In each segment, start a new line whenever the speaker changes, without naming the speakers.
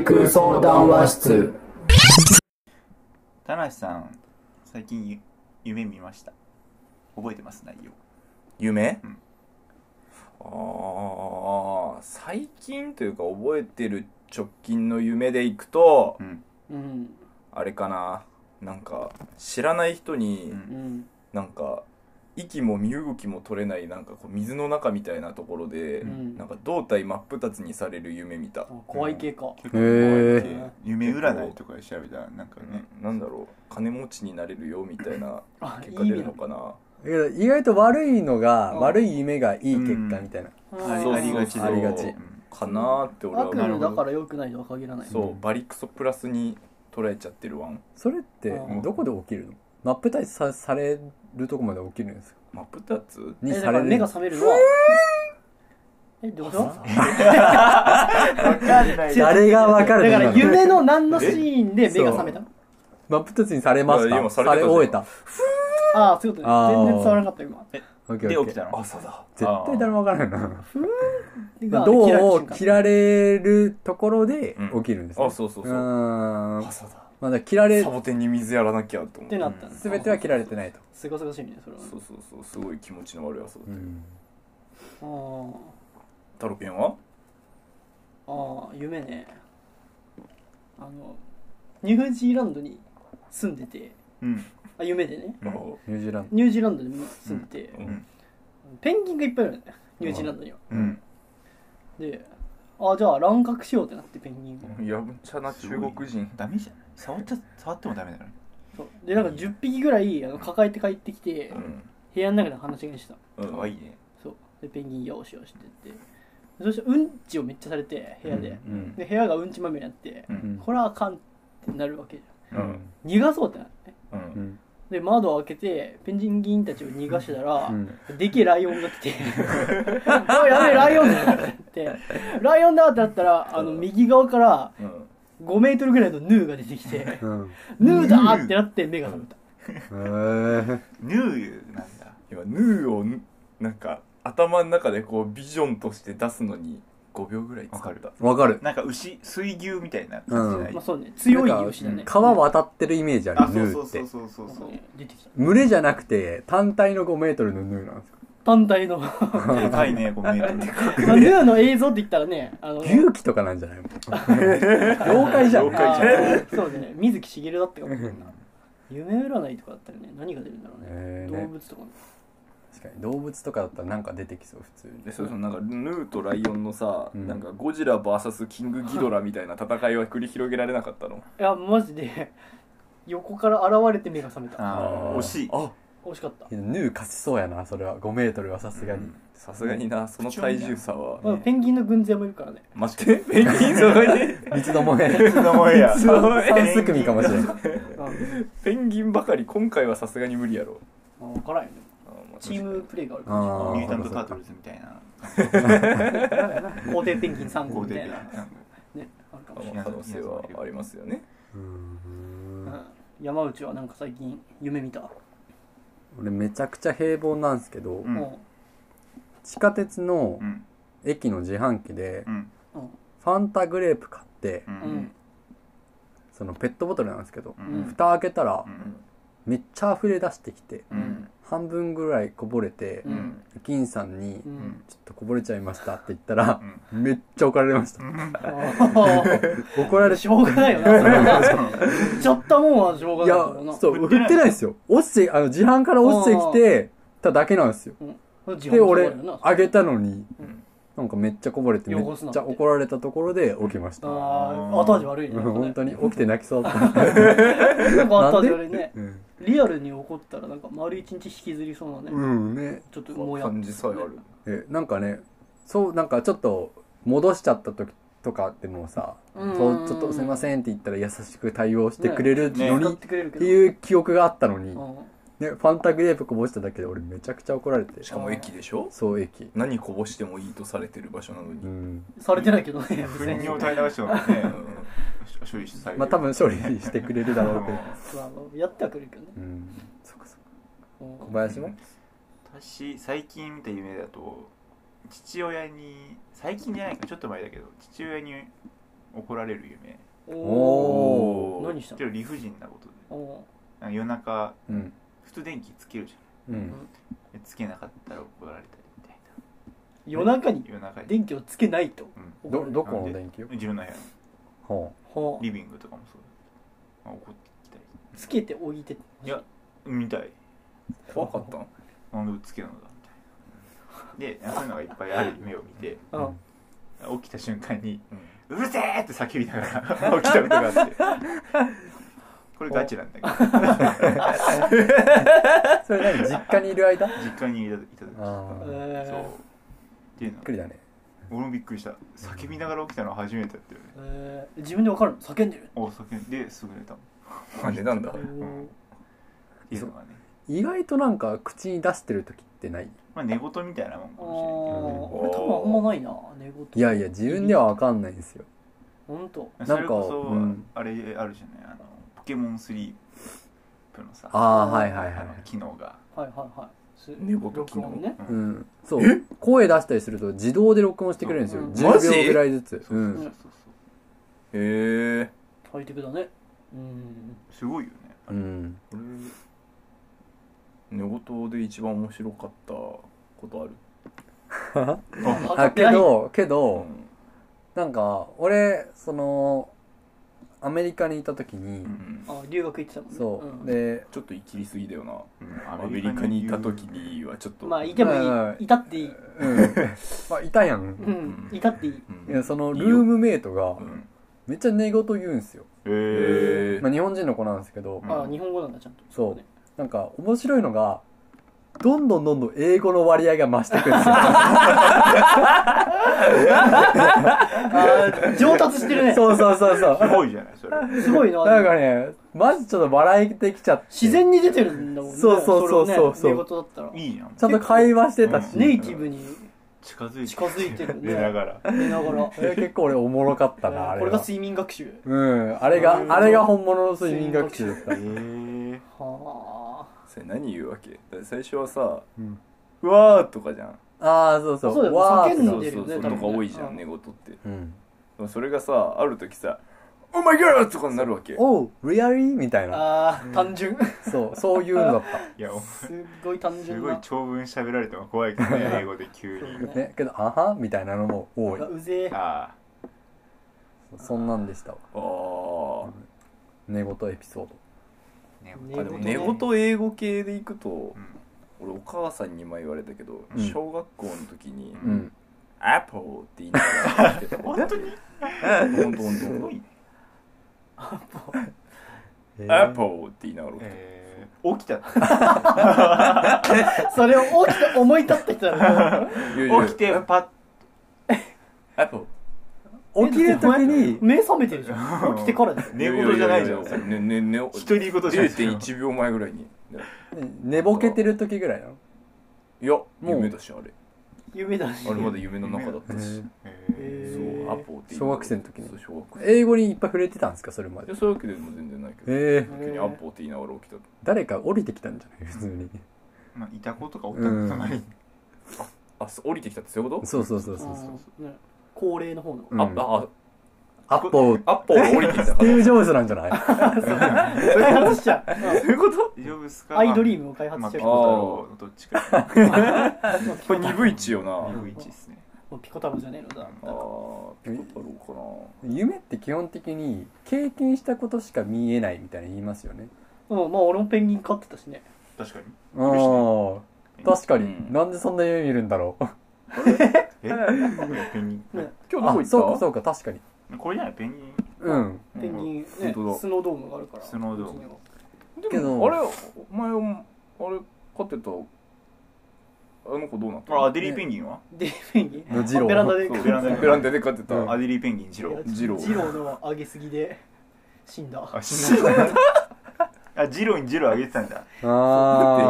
育相談和室
田無さん最近ゆ夢見ました覚えてます内容
夢、
うん
ああ最近というか覚えてる直近の夢でいくと、
ん
うん
あれかななんか知らない人
うん
に、
うん
なんか息も身動きも取れないなんかこう水の中みたいなところで、
ん
なんか胴体真っ二つにされる夢見た、
怖い系か
結
へー
怖いって夢占いとかで調べたらなんかね、
うんなんだろう金持ちになれるよみたいな
あ
結果出るのかな
けど意外と悪いのが、
うん
悪い夢がいい結果みたいな、
うん
あり
そう
ありがちだ
ありがち
うん
かなーって俺は
悪
思
の
う
だから良くないとは限らない
そうバリクソプラスに捉えちゃってるわん
それって
うん
どこで起きるの真っ二つさされるとこまで起きるんですか
真っ二つ
に
えだ
さ
から
れ
目
る
が覚めるのはえどうぞ
誰が分かる
だから
の今
夢の何のシーンで目が覚めた
真っ二つにされまし
いや今
たさ
されて
れ
た
終えた
ああそういうこと
あ
ね
ー
全然伝わらなかった今
オッケー
で
オッ
起
ケ
き
ー
たの
朝だ
絶対誰も分からないな
が
銅
切られた
を
瞬間
切られるところで起きるんですね、
あそうそうそう
ーん
朝だ
まだ切られ
サボテンに水やらなきゃと思
っ
ってて
なったんです
全ては切られてないと、
すがすがしいみたいなそれは
そうそうそうすごい気持ちの悪い朝だったよ
あ
タロケンは
ーあー夢ねあのニュージーランドに住んでて
うん
あ夢でね
あ
ニュージーランド
ニュージーランドに住んでて、
うん
ペンギンがいっぱいいるんだよニュージーランドには、
うん
であじゃあ乱獲しようってなってペンギンを
やぶんちゃな中国人
ダメじゃない触っちゃ触ってもダメだから
そうでなんか10匹ぐらいあの抱えて帰ってきて、
うん
部屋の中で話し飼いにしてた
うん
可愛いね
そうでペンギンよーしよしって言ってそしてうんちをめっちゃされて部屋で、
うん
で部屋がうんちまみれになって、
うん
これはあかんってなるわけじ
う
うん
ん
ゃん逃がそうってなって
う
うんん
で窓を開けてペンギンたちを逃がしてたら、
うん
でけえライオンが来て「おいやべえライオンだ!」って言って「ライオンだ!」ってなったらあの右側から
うん
5メートルぐらいのヌーが出てきて
うん
「ヌーだ!」ってなって目が覚めた
へー
ヌーなんだ
今ヌーをぬなんか頭の中でこうビジョンとして出すのに5秒ぐらい使
わ
っ
か
た
る
わかる
なんか牛水牛みたいな感じじゃない、
まあそうね強い
なん
牛だ
か
ね
川渡ってるイメージあ
あ
る
そ
ヌ
うそ
ー
う
って
そうそうそう そう
ね出てきた
群れじゃなくて単体の5メートルのヌーなんですよ
単体の
でかいね5メート
まあヌーの映像って言ったらねあの
牛気とかなんじゃ ないもん妖怪じゃん
妖怪じゃん
あーそうね水木しげるだったかもしれんな夢占いとかだったらね何が出るんだろうね
ねえね
動物とかね
確かに動物とかだったらなんか出てきそう普通に
でそれそのなんかヌーとライオンのさ、
うん
なんかゴジラ VS キングギドラみたいな戦いは繰り広げられなかったの
いやマジで横から現れて目が覚め
ル
た
あー惜しい
あ
惜しかった
けどヌー勝ちそうやなそれは5メートルはさすがに、
うんさすがになその体重差は
まあ、ペンギンの軍勢もいるからね。
マジでペンギンそこに
三つどもえ
いつのもんや
つどもえ
3組かもしれ ない
ペンギンばかり今回はさすがに無理やろ
まあ、分からんよね。
あまあ
チームプレーがあるか
あ
ミュータント・タ
ー
ートルズみたいな
ら。皇帝ペンギン3号
こう
みた
で
いな。
なんか
ね、あるかもしれ
まあ可能性はありますよね
うー
ない
ん
うん。山内はなんか最近夢見た。
俺めちゃくちゃ平凡なんですけど、
うん
も
地下鉄の
うん
駅の自販機で
うん
う、うん。
ファンタグレープ買って
う、ん
うん。
そのペットボトルなんですけど、
うん
蓋開けたら
うん
めっちゃ溢れ出してきて、
うん
半分ぐらいこぼれて、
う
うんん
駅員さんに
う
うん
ん。
ちょっとこぼれちゃいましたって言ったら、めっちゃ怒られました。
あー
怒られ
しょうがないよな。それはなちょっともんはしょうが
い
ないから
や
な。、
そう、振
振ってない
ってないですよ。落ちて、あの、自販から落ちてきて、ただけなんですよ。
うん。
で、俺、あげ
た。
たのに
うん、
なんかめっちゃこぼれて、めっ
汚すなっ
ち
て
ゃ怒られたところで起きまし
あ
た。うん
あ、後味悪いね。
本当
に。
に起きて泣きそうだ った。
なんか後味悪いね。
うん
リアルに怒ったらなんか丸一日引きずりそうな
う
ね。
ん、ね。
ちょっともうやっ
感じさえある
え、なんかね、そう、なんかちょっと、戻しちゃった時とかでもさ、
うん
そうちょっとすいませんって言ったら優しく対応してくれるの
使
に
っ
って
くれるけ
て
ど。
いう記憶があったのに、
うん。
ね、ファンタグレープこぼしただけで俺めちゃくちゃ怒られて
しかも駅でしょ
そう駅
何こぼしてもいいとされてる場所なのに、
うん
されてないけどね。
不倫に歌い流してもね処理される
まあ多分勝利してくれるだろうけど、
まあやってはくれるけどね。
うん、そっかそっか
うん
小林も
私最近見た夢だと父親に最近じゃないかちょっと前だけど父親に怒られる夢
お
お
お何した
け
の
ど理不尽なことで
お
なんか夜中
うん
普通電気つけるじ
う
ー
ん
ゃんでつけなかったら怒られたりみたい
夜中に
な夜中に、
電気をつけないと
うん、
どどこの電気を
自分の部屋
ほ
ほう
リビングとかもそうまあ、怒ってきたり
つけておいて
いやみたい
怖かったの
なんでつけるのだみたいなでそういうのがいっぱいある夢を見て
うん
うん
起きた瞬間に
う
「
ん
うるせえ!」って叫びながら 起きたことがあってこれガチなんだけ ど
うそれ何実家にいる間びっ
実家にいたいた時
あー
そう
え
っていうの
くりだね
俺もびっくりした叫びながら起きたのは初めてだったよね
ーえー自分で分かるの叫んでる
お叫んですぐ寝たもん
あ寝たんだ
うん
っていうのがね
意外となんか口に出してる時ってない
まあ寝言みたいなもん
あ
か
ー
も
俺多分あんまないな寝言
いやいや自分ではわかんないんですよ
ほんと
しれないけど
な
ねそ
ん
れ
か
こそ
うん
あれあるじゃないあのポケモン3プのさ
ああはいはいは
あ
い
の機能が
はいはいはいす
寝言
録音ね
う
うんんそう声出したりすると自動で録音してくれるんですよ
うん
マジ
10秒ぐらいずつ
そううそうそ
ん
うそう
へえ
大敵だねうん
すごいよね
うん
俺寝言で一番面白かったことある
あけどけど
ん
なんか俺そのアメリカにいた時に
うん
あ留学行ってたもんね
そう
で
で
ちょっとイキりすぎだよな
うん
アメリカにいた時にはちょっと
まあいても
はいはい
いいたっていい
うんまあいたやん
うんいたっていい
うん
いやそのルームメイトが
うん
めっちゃ寝言言うんすよ、
へ
へえ
まあ、日本人の子なんですけど
うん
あ日本語なんだちゃん と
そう
ね
なんか面白いのがどんどんどんどん英語の割合が増してくるんですよ
あー上達してるね
そうそうそうそ
す
う
ごいじゃないそれ
すごいな
なんかねマジちょっと笑えてきちゃって
自然に出てるんだもんね
そうそうそうそう
れをね
そう
寝言だったら
いいじゃん
ちゃんと会話してたし、
ネイティブに
近づいて
近づいてる
寝
ね
ながら
寝ながら
それ結構俺おもろかったなあれ
これが
は
睡眠学習
うんあれがあれが本物の睡眠学習だった
へえ
はあ
それ何言うわけだって最初はさ
うん
「うわー」とかじゃん
ああそうそう
そうだよ
わーって
叫
そ
ん
う
でる
そ
よ
う
ね
そう
多
と
分
か多いじゃ
うん
ん寝言ってで
うん
もそれがさある時さ「Oh my god!」とかになるわけ
おうリアリーみたいな
あー単純
そうそういうのだった
いやお前
すっごい単
す
純
ごい
な
長文喋られても怖いけど ね英語で急
そう
に
ね
ね、けど、あはみたいなのも多い。
うぜえ
ああ
そんなんでしたわ。
あー
寝言エピソー
ね
ね
あでも
寝
寝
言ね
言英語系でいくと
うん
俺お母さんに前言われたけど
うん
小学校の時に
ド。うん。
「アップル」って言いながら来てた本当に本当
すご
本
いね
当アップルって言いながら起きて
えー起きたって
それを起きて思い立ってきたらも
いやい や
起きてパッ
アップル
起きるときに
う、目覚めてるじゃん起きてからでしょ
寝言じゃないじゃん
やややねねね
独り言じゃない
0.1秒前ぐらいに
寝ぼけてるときぐらいなの。
いや
う
夢だしあれ
夢だし
あれまだ夢の中だったし
え
え
そ
へ
う
ー
アポっていう
小学生の時に
そう小学生
ー英語にいっぱい触れてたんですか、それま
い
で
や。そういうわけでも全然ないけど
ええ。
急にアポって言いながら起きた
誰か降りてきたんじゃない普通に。
まあいた子とかおったことない
あそう降りてきたってそういうこと
そうそうそう
そ
そうう
そ
そうう。
そうね高齢の方の
うん
ああ
アッポー、
あアポが降りてき た
ス
か
ティーブ・
ら
ジョブズなんじゃない
開発しちゃ う
そういうこと
ジョブス
う
か
んアイドリームを開
ま
発
あ
しち
ピ
ゃ
コ
う
太郎のどっち か
これ鈍いちよな
鈍いちっすね
もうピコ太郎じゃねえのだ
あーピコ太郎
夢って基本的に経験したことしか見えないみたいに言いますよね。
うんまあ俺もペンギン飼ってたしね
確かに
ああ。確か
うん
に。なんでそんな夢見るんだろう。
えペンギ
ね
ン
かな
あ
今、日
そ
ど
う
こ
か
行
そ
っ
うか、確かに。
これじゃないペンギン
うん。
ペンギンね
本当だ
スノードームがあるから
スノードーム
うちには
た
け
で
ど
もあれお前おあれ飼ってたあの子どうなった
あアデリーペンギンは
でペ ンギン
のジロー
ベランダで
そう
ベランダで
ベランダで飼ってた、
うん
アデリーペンギン二郎
ジロー
ジローの上げすぎで死んだ
あ死ん だあ二郎に二郎あげてたんだ
あ
だ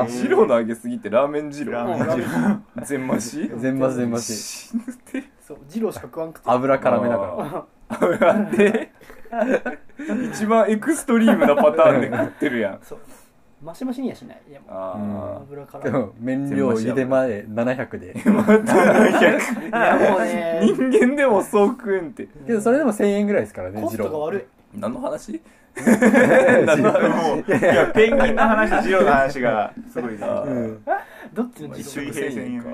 あ
って白の揚げすぎってラーメン二
ラ
郎
ーメン二郎
全増し
全麻全麻し
死ぬて
そうジローしか食わんくて
油絡めなが
らで一番エクストリームなパターンで食ってるやん
そう マシマシにはしないでも
あ
油か
で
ら
も麺量茹でまで700で
あ。また700。
いやもう ね
人間でもそう食うんって。
けどそれでも1000円ぐらいですからね
コストが 悪い
何の話
何
の話
もういやペンギンの話とジローの話がすごいね
あ
う
ー
ん
どっちの
まあ
自
一食
動
緒
1000円か。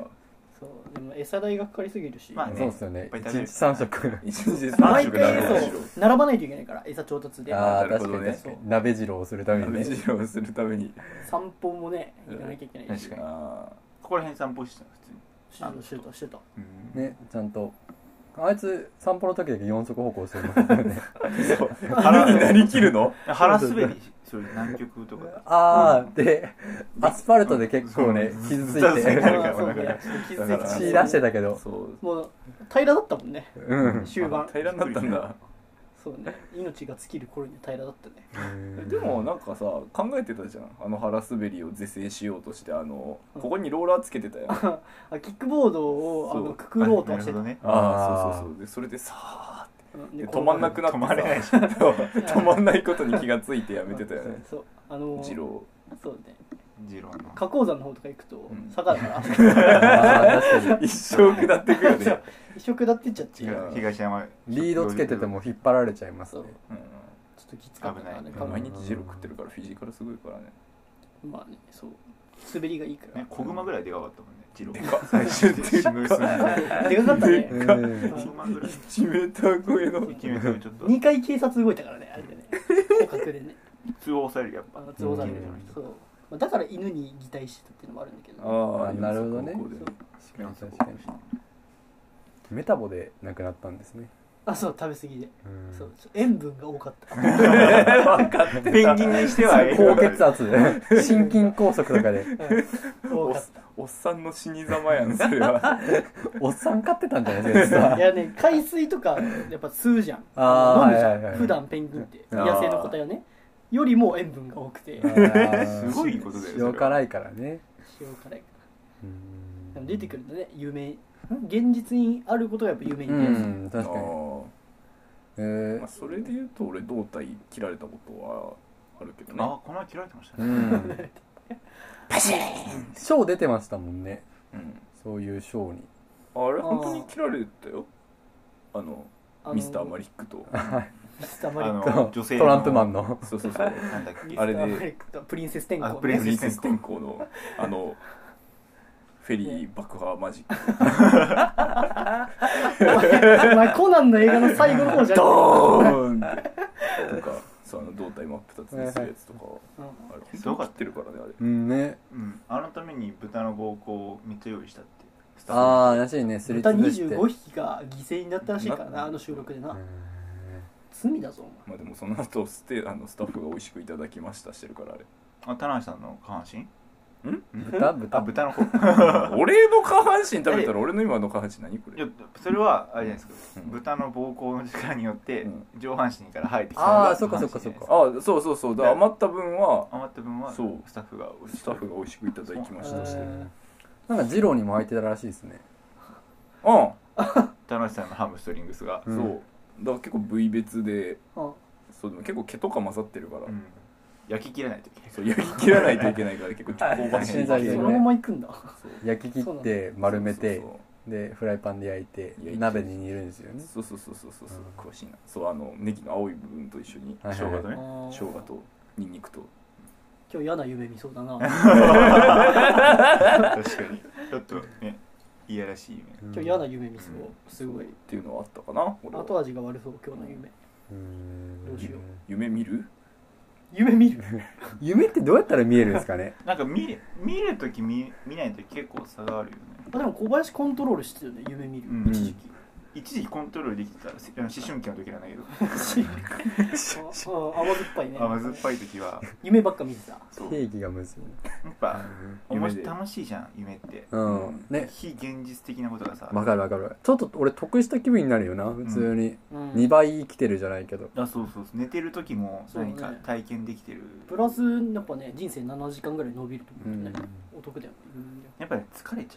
そうでも餌代がかかりすぎるし、
まあね
そうっすよね
いっぱい
1
食
日
べる
3食
一日3
毎
食だ
回
か
そ
ら
う並ばないといけないから餌調達で
ああ
なる
確
ほ
か
ど
に
ね
確かに鍋汁をするためにね
食事をするために。
散歩もね行かなきゃいけないし
確か
あ
ここら辺散歩してた普通に
シュートシュートシュート
うん
ねちゃんとあいつ散歩の時だけ4足歩行してるんだ よね
ーそう。腹になりきるの
腹滑りそういう南極とか
ああでアスファルトで結構ね傷つい
そう
て
そう
あ
るから
ーそう
お腹
ね
が
傷ついて
血出してたけど
そう。
もう平らだったもんね
うん
終盤
平らになったんだ。
そうね命が尽きる頃には平らだったね
でもなんかさ考えてたじゃんあの腹滑りを是正しようとしてあのここにローラーつけてたよ、あ
あキックボードをあ
そ
の
う
くくろうとはして
あなる
た、
ほどね
あ
あー
そうそうそうでそれでさーって
うん
で
で
止まんなくなって
止まれない
さ止まんないことに気がついてやめてたよね
そうあの
二郎
そうね
ジローの
花崗山の方とか行くと、
ん
坂だから
あー確か
一生下ってくよね、
一緒下ってっちゃって
違
ちょ
う東山
にリードつけてても引っ張られちゃいますね
う、
っときつかったからね
危
多
なんい
分
毎日二郎食ってるからフィジカルすごいからね
まあねそう滑りがいいから、
ね小熊ぐらいでかかったもんねジロー
でかっ
最終的に無数
でかかったね
うん
小熊ぐらい
1メーター超えの
決めてちょっと
2回警察動いたからねあれでね捕獲でね
通報されるやっぱ
あの通報される
うん
そうまあだから犬に擬態してたっていうのもあるんだけどね、
な
あ
るほどね
高校で
確かに確かにメタボで亡くなったんですね
あそう食べ過ぎで、
うん
そうそう塩分が多かった
ペンギンにしては
高血圧心筋梗塞とかで
多かっ
おっさんの死に様やんそ れは
おっさん飼ってたんじゃないです
た
か
いやね海水とかやっぱ吸うじゃん
あー
飲むじゃん、
はいはいはい
普段ペンギンって
あー
野生の個体はねよりも塩分が多くて
すごいことだよそれは
塩辛いからね
塩辛いか
うん
らでも出てくるんだね有名ん現実にあることがやっぱ有名に
う
出やすい、
ん確か
あ
に
ー
え
ま
ー
あ、それで言うと俺胴体切られたことはあるけどね
あこの前切られてました
う
ね
ん賞出てましたもんね
うん
そういう賞に
あれ本当に切られたよあの
あの
ミスターマリッ クと
ミスター
あ
マリック
の女性の
トランプマンの
そうそうそう
なんだっけ
ミスタ
あれで
ーマリックとプリンセス天
あ
候
プ
ね
リ
プ
ン
リ
セ
ンセ
ス
ス
天
天候 のあのフェリー爆破マジック
お前お前コナンの映画の最後の方じゃ ん
ドーンってとかそうあの胴体真っ二つにするやつとか
うん
あれ本当に切ってるからねあれ
うんね
うんあのために豚の膀胱を3つ用意したってスタッフ
ああらしいねすり
豚
つぶして
25匹が犠牲になったらしいからなあの収録でな罪だぞお前
まあでもその後ステあのスタッフが美味しくいただきましたしてるからあれ
あ田辺さんの下半身
豚
あ
豚
豚の方い
俺の下半身食べたら俺の今の下半身何これ
やそれはあれじゃないですか
うん
豚の膀胱の力によって
うん
上半身から生えてきたの
あ
が
あそっかそ
下
っかそ
半身
っ
じゃないです
か
あそうそうそうだから余った分は
余った分は
そう
スタッフが
スタッフが美味しくいただきましたし
えー
なんかジローにも空いてたらしいですね
うん
田辺さんのハムストリングスが
うん
そうだから結構部位別で
うん
そうでも結構毛とか混ざってるから、
うん焼き切れ ないといけない
そう焼き切らないといけないから結構香ばしい
はい
そ
はい
のまま行くんだ
そう
焼き切って丸めて
そう
でフライパンで焼いて
焼いて
鍋に煮るんですよね
そうそうそうそうそうそう
うん
詳しいなそうあのネギの青い部分と一緒に
はい
生姜と
あ
ね
ー
生姜とニンニクと
今日嫌な夢見そうだな
確かにちょっとねいやらしいね
今日嫌な夢見そう
うん
すごい
っていうのはあったかな俺は
後味が悪そう今日の夢
うん
どうしよう
夢見る
夢見る
夢ってどうやったら見えるんですか ね
なんか見る見るとき見見ないとき結構差があるよね
あでも小林コントロールしてたよね夢見る
うん
一 時期
一時期コントロールできてたせあの思春期の時なんだけど
ああ甘酸っぱいね
甘酸っぱい時は
夢ばっか見てた
そう や
定義がむずい
っぱおも
夢
し
で
楽しいじゃん夢って
うんね
非現実的なことがさ
わかるわかるちょっと俺得した気分になるよな普通に
うん
2倍生きてるじゃないけど
あそうそうそう寝てる時も
そうね
何か体験できてる、
プラスやっぱね人生7時間ぐらい伸びると思うねお得だよねうん
やっぱり疲れち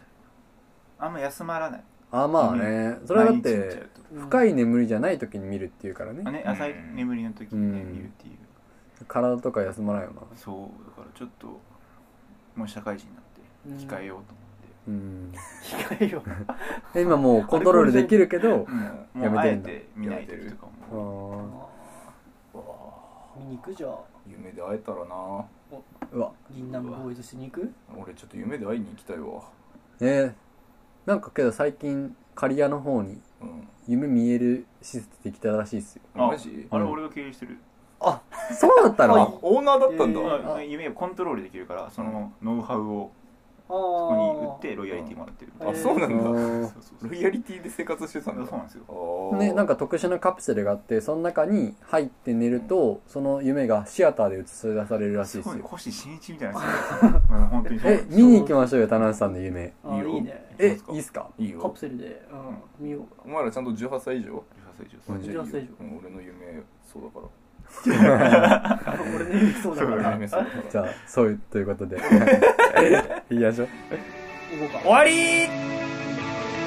ゃうあんま休まらない
あまあねそれはだっ
毎日見ちゃ
て
うと
うん
深い眠りじゃない時に見るっていうからね
あね浅い眠りの時にね、見るっていう
体とか休まないよな
そうだからちょっともう社会人になって控えようと思って、
うん
控えよう
今もうコントロールできるけど
うん
やめ
もうあ
て
え
んだ
て見ないでるとか
あ
も
ー
見に行くじゃあ
夢で会えたらな
うわ
銀杏ボーイズしに行く
俺ちょっと夢で会いに行きたいわ
えー、なんかけど最近刈谷の方に
うん
夢見える施設できたらしいっすよ
あ
マジ
あれ
うん
俺が経営してる、
そうだった
あ
の
オーナーだったんだ、
えー
まあ夢をコントロールできるからそのノウハウをそ
あ
こ
あ
に売ってロイヤリティもらってる
あ
あそうなんだ、
あ
そうそうそう
ロイヤリティで生活してたんだ
そうなんですよ
ーねなん
か
か特殊なカプセルがあってその中に入って寝るとその夢がシアターで映し出されるらしい
す
っす
ごい
よ
星新一みたいな人だうん本当にそう
え見に行きましょうよ田中さんの夢
あー
いいよ
いいね
え
そうっすか
いいっすか
いい
カ
よ
プセルで、うん、見よう
お前らちゃんと18歳以上
そう
18歳以上
うん俺の夢そうだから
か俺の夢そう だか
俺の
ら
夢そうだから
じゃあそういうということ で言いましょう
行こうか
終わりー